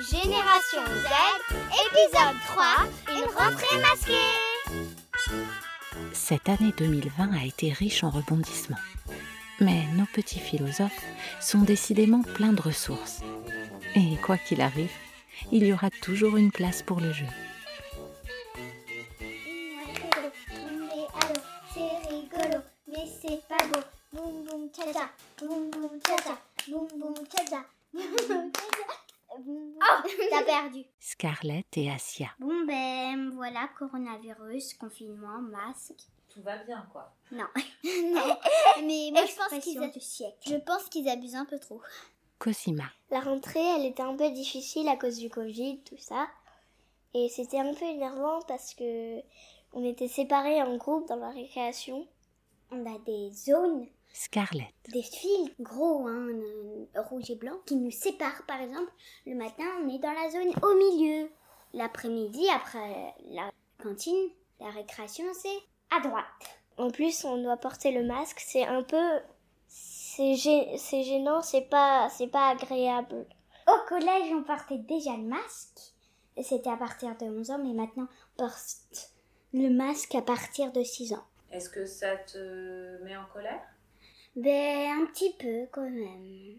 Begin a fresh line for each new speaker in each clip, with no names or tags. Génération Z, épisode 3, une rentrée masquée.
Cette année 2020 a été riche en rebondissements. Mais nos petits philosophes sont décidément pleins de ressources. Et quoi qu'il arrive, il y aura toujours une place pour le jeu.
c'est rigolo, mais c'est pas beau. Boum boum tcha tcha, boum boum tcha tcha, boum boum tcha tcha, boum boum tcha tcha. Oh, t'as perdu.
Scarlett et Asia.
Bon ben voilà, coronavirus, confinement, masque.
Tout va bien, quoi.
Non. Mais moi je pense qu'ils siècle. Je pense qu'ils abusent un peu trop.
Cosima.
La rentrée, elle était un peu difficile à cause du Covid, tout ça. Et c'était un peu énervant parce que on était séparés en groupe dans la récréation.
On a des zones
Scarlett.
des fils gros, hein, euh, rouge et blanc, qui nous séparent. Par exemple, le matin, on est dans la zone au milieu. L'après-midi, après la cantine, la récréation, c'est à droite.
En plus, on doit porter le masque, c'est un peu c'est gê- c'est gênant, c'est pas c'est pas agréable.
Au collège, on portait déjà le masque. C'était à partir de 11 ans, mais maintenant, on porte le masque à partir de 6 ans.
Est-ce que ça te met en colère
Ben, un petit peu quand même.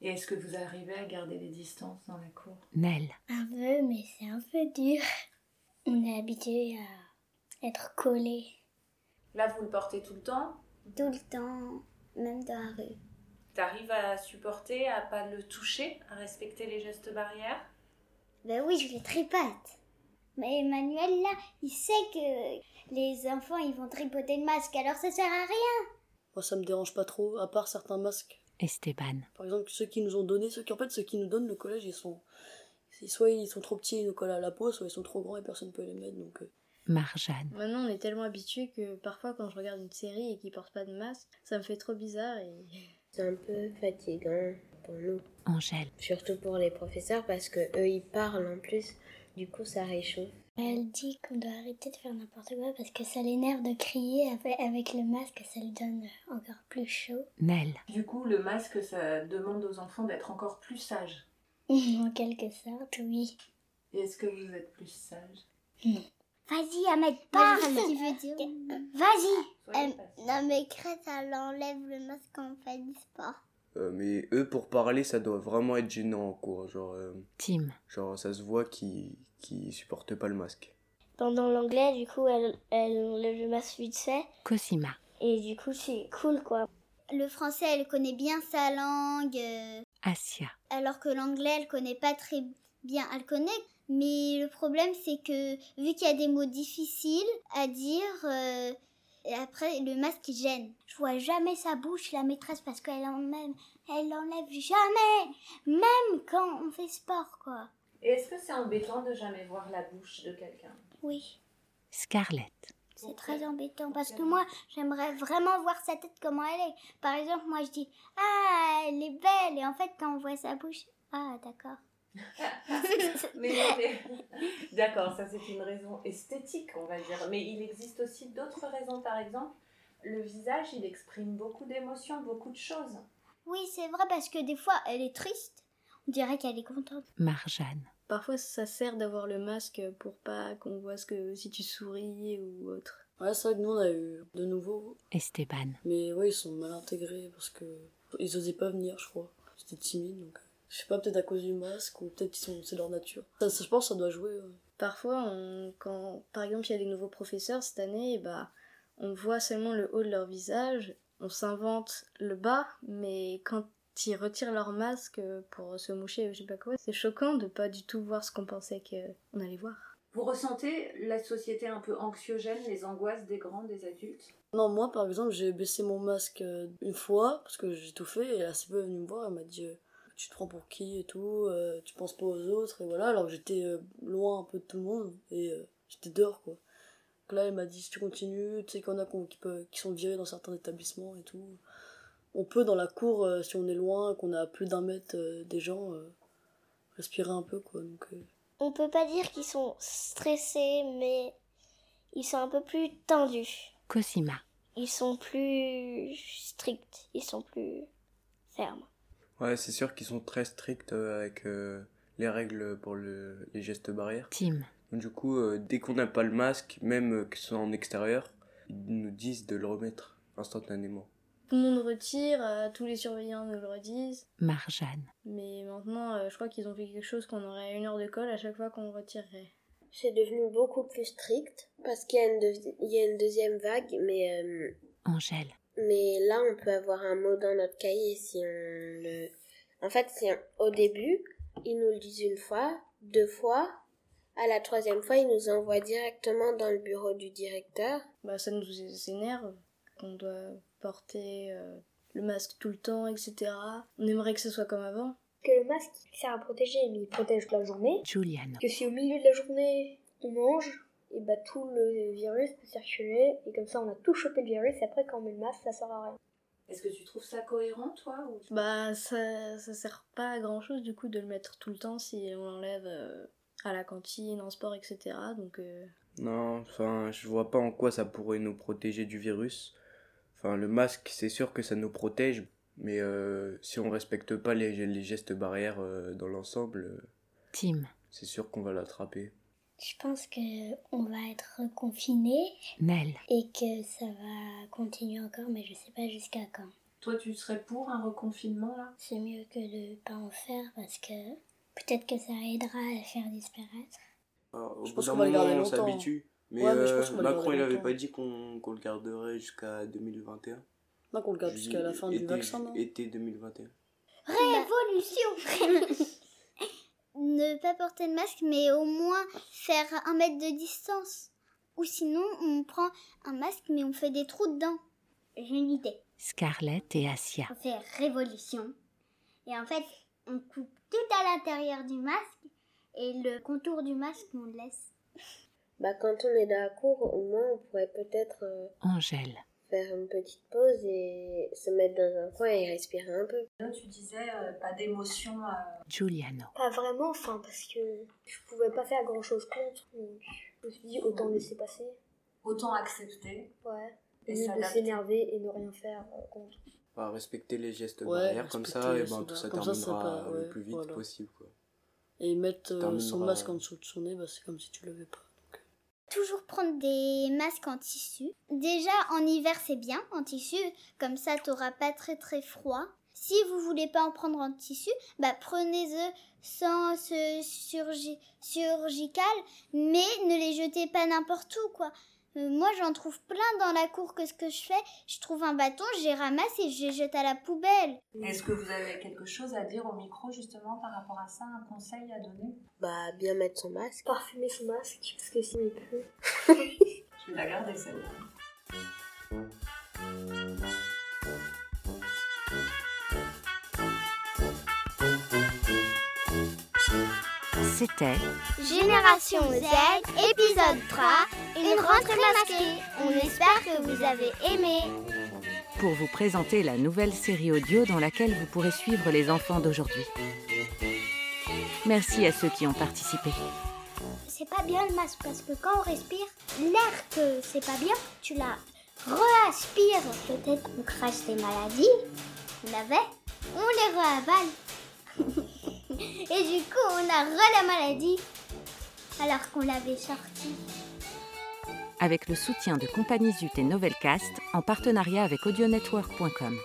Et est-ce que vous arrivez à garder les distances dans la cour
Nel.
Un peu, mais c'est un peu dur. On est habitué à être collé
Là, vous le portez tout le temps
Tout le temps, même dans la rue.
T'arrives à supporter, à pas le toucher, à respecter les gestes barrières
Ben oui, je les tripote. Mais Emmanuel, là, il sait que les enfants, ils vont tripoter le masque, alors ça sert à rien.
Moi, ça me dérange pas trop, à part certains masques.
Esteban.
Par exemple, ceux qui nous ont donné, ceux qui, en fait, ceux qui nous donnent le collège, ils sont. c'est- Soit ils sont trop petits et nous collent à la peau, soit ils sont trop grands et personne peut les mettre. Donc, euh,
Marjane.
Maintenant, on est tellement habitué que parfois, quand je regarde une série et qu'ils portent pas de masque, ça me fait trop bizarre et
C'est un peu fatigant pour nous,
Angèle.
surtout pour les professeurs parce que eux ils parlent en plus, du coup ça réchauffe.
Elle dit qu'on doit arrêter de faire n'importe quoi parce que ça l'énerve de crier avec, avec le masque, ça le donne encore plus chaud.
Nel.
Du coup, le masque, ça demande aux enfants d'être encore plus sages.
en quelque sorte, oui.
Et est-ce que vous êtes plus sages
Vas-y, Ahmed, parle Vas-y
Soyez
Euh,
sages.
non mais Crête, elle enlève le masque quand on fait du sport.
Euh, mais eux, pour parler, ça doit vraiment être gênant en cours. Genre, euh,
Tim.
genre ça se voit qu'ils qu'ils supportent pas le masque.
Pendant l'anglais, du coup, elle, elle enlève le masque vite fait.
Cosima.
Et du coup, c'est cool, quoi.
Le français, elle connaît bien sa langue, euh,
Asia.
alors que l'anglais, elle connaît pas très bien. Elle connaît, mais le problème c'est que vu qu'il y a des mots difficiles à dire, euh, et après le masque il gêne.
Je vois jamais sa bouche, la maîtresse, parce qu'elle en même, elle l'enlève jamais Même quand on fait sport, quoi.
Et est-ce que c'est embêtant de jamais voir la bouche de quelqu'un
Oui,
Scarlett.
c'est très embêtant, parce que moi, j'aimerais vraiment voir sa tête, comment elle est. Par exemple, moi, je dis « Ah, elle est belle !» Et en fait, quand on voit sa bouche, « Ah, d'accord. »
Mais non, mais- D'accord, ça c'est une raison esthétique, on va dire. Mais il existe aussi d'autres raisons. Par exemple, le visage, il exprime beaucoup d'émotions, beaucoup de choses.
Oui, c'est vrai parce que des fois, elle est triste. On dirait qu'elle est contente.
Marjane.
parfois, ça sert d'avoir le masque pour pas qu'on voit ce que si tu souris ou autre.
ouais, c'est vrai que nous, on a eu de nouveau.
Esteban.
Mais ouais, ils sont mal intégrés parce que. Ils osaient pas venir, je crois. C'était timide, donc. euh, Je sais pas, peut-être à cause du masque ou peut-être qu'ils sont. C'est leur nature. Ça, ça, je pense que ça doit jouer. ouais.
Parfois, on- quand, par exemple, il y a des nouveaux professeurs cette année, et bah, on voit seulement le haut de leur visage, on s'invente le bas, mais quand ils retirent leur masque pour se moucher, je sais pas quoi, c'est choquant de pas du tout voir ce qu'on pensait qu'on allait voir.
Vous ressentez la société un peu anxiogène, les angoisses des grands, des adultes
Non, moi par exemple, j'ai baissé mon masque euh, une fois parce que j'ai tout fait et la CPE est venue me voir elle m'a dit euh, Tu te prends pour qui et tout, euh, tu penses pas aux autres, et voilà, alors que j'étais euh, loin un peu de tout le monde et euh, j'étais dehors quoi. Donc là, elle m'a dit Si tu continues, tu sais qu'il y en a qu'on- qui, peuvent- qui sont virés dans certains établissements et tout. On peut dans la cour, euh, si on est loin, qu'on a plus d'un mètre euh, des gens, euh, respirer un peu quoi. Donc, euh,
On peut pas dire qu'ils sont stressés, mais ils sont un peu plus tendus.
Cosima.
ils sont plus stricts, ils sont plus fermes.
Ouais, c'est sûr qu'ils sont très stricts euh, avec euh, les règles pour le- les gestes barrières.
Tim,
Donc, du coup, euh, dès qu'on n'a pas le masque, même euh, que ce soit en extérieur, ils nous disent de le remettre instantanément.
Tout le monde retire, euh, tous les surveillants nous le redisent.
Marjane,
Mais maintenant, euh, je crois qu'ils ont fait quelque chose qu'on aurait une heure de colle à chaque fois qu'on retirerait.
C'est devenu beaucoup plus strict parce qu'il y, a une deuxi- il y a une deuxième vague, mais, euh,
Angèle,
mais là, on peut avoir un mot dans notre cahier si on le. En fait, si on- au début, ils nous le disent une fois, deux fois. À la troisième fois, ils nous envoient directement dans le bureau du directeur.
Bah, ça nous énerve qu'on doit porter euh, le masque tout le temps, etc. On aimerait que ce soit comme avant.
Que le masque sert à protéger, mais il protège la journée.
Juliana,
Que si au milieu de la journée on mange, et bah tout le virus peut circuler, et comme ça on a tout chopé le virus, et après quand on met le masque, ça sert à rien.
Est-ce que tu trouves ça cohérent, toi ou tu-
Bah, ça, ça sert pas à grand chose du coup de le mettre tout le temps si on l'enlève euh, à la cantine, en sport, etc. Donc, euh,
Non, enfin, je vois pas en quoi ça pourrait nous protéger du virus. Enfin, le masque, c'est sûr que ça nous protège, mais euh, si on respecte pas les, les gestes barrières euh, dans l'ensemble, euh,
Tim,
c'est sûr qu'on va l'attraper.
Je pense que on va être confiné
Nel,
et que ça va continuer encore, mais je sais pas jusqu'à quand.
Toi, tu serais pour un reconfinement, là
C'est mieux que de pas en faire parce que peut-être que ça aidera à faire disparaître.
Alors, au
Je
bout
pense
d'un
qu'on va le garder
moment, on
longtemps. hein.
s'habitue. Mais,
Ouais, mais je pense
euh,
qu'on va le garder
Macron, il avait
longtemps.
pas dit qu'on qu'on le garderait jusqu'à 2021.
Non, Bah, qu'on le garde jusqu'à la fin du
Été-
vaccin, non
Été 2021.
Révolution Ne pas porter le masque, mais au moins faire un mètre de distance. Ou sinon, on prend un masque, mais on fait des trous dedans.
J'ai une idée.
Scarlett et Asia,
On fait révolution. Et en fait, on coupe tout à l'intérieur du masque et le contour du masque, on le laisse.
Bah, quand on est dans la cour, au moins, on pourrait peut-être euh,
Angèle,
faire une petite pause et se mettre dans un coin et respirer un peu.
Là, tu disais euh, pas d'émotion. euh,
Giuliano,
Pas vraiment, enfin, parce que je pouvais pas faire grand chose contre, donc je me suis dit autant le laisser passer.
autant accepter.
Ouais.
Et
Au lieu de
s'adapter.
s'énerver et ne rien faire euh, contre.
On va respecter les gestes
Ouais,
barrières, comme ça,
respecter
et
les gestes
ben, tout ça
barrières. Comme ça, ça
terminera
peut-
le
ouais,
plus vite
voilà.
possible. Quoi.
Et mettre euh,
Terminera,
son masque
ouais.
en dessous de son nez, bah, c'est comme si tu l'avais pas. Donc,
Toujours prendre des masques en tissu. Déjà en hiver c'est bien en tissu, comme ça t'auras pas très très froid. Si vous voulez pas en prendre en tissu, bah prenez-le sans ce surgi- surgical, mais ne les jetez pas n'importe où quoi. Euh, Moi, j'en trouve plein dans la cour que ce que je fais, je trouve un bâton, je les ramasse et je les jette à la poubelle.
Est-ce que vous avez quelque chose à dire au micro, justement, par rapport à ça Un conseil à donner
Bah, bien mettre son masque.
Parfumer son masque, parce que sinon il pleut.
Je vais la garder, celle-là.
c'était
Génération Z, épisode 3, une rentrée masquée. On espère que vous avez aimé.
pour vous présenter la nouvelle série audio dans laquelle vous pourrez suivre les enfants d'aujourd'hui. Merci à ceux qui ont participé.
C'est pas bien le masque parce que quand on respire, l'air que c'est pas bien, tu la reaspires. Peut-être qu'on crache des maladies qu'on avait, on les réavale. Et du coup, on a re la maladie alors qu'on l'avait sortie.
Avec le soutien de Compagnie Zut et Novelcast en partenariat avec audionetwork.com.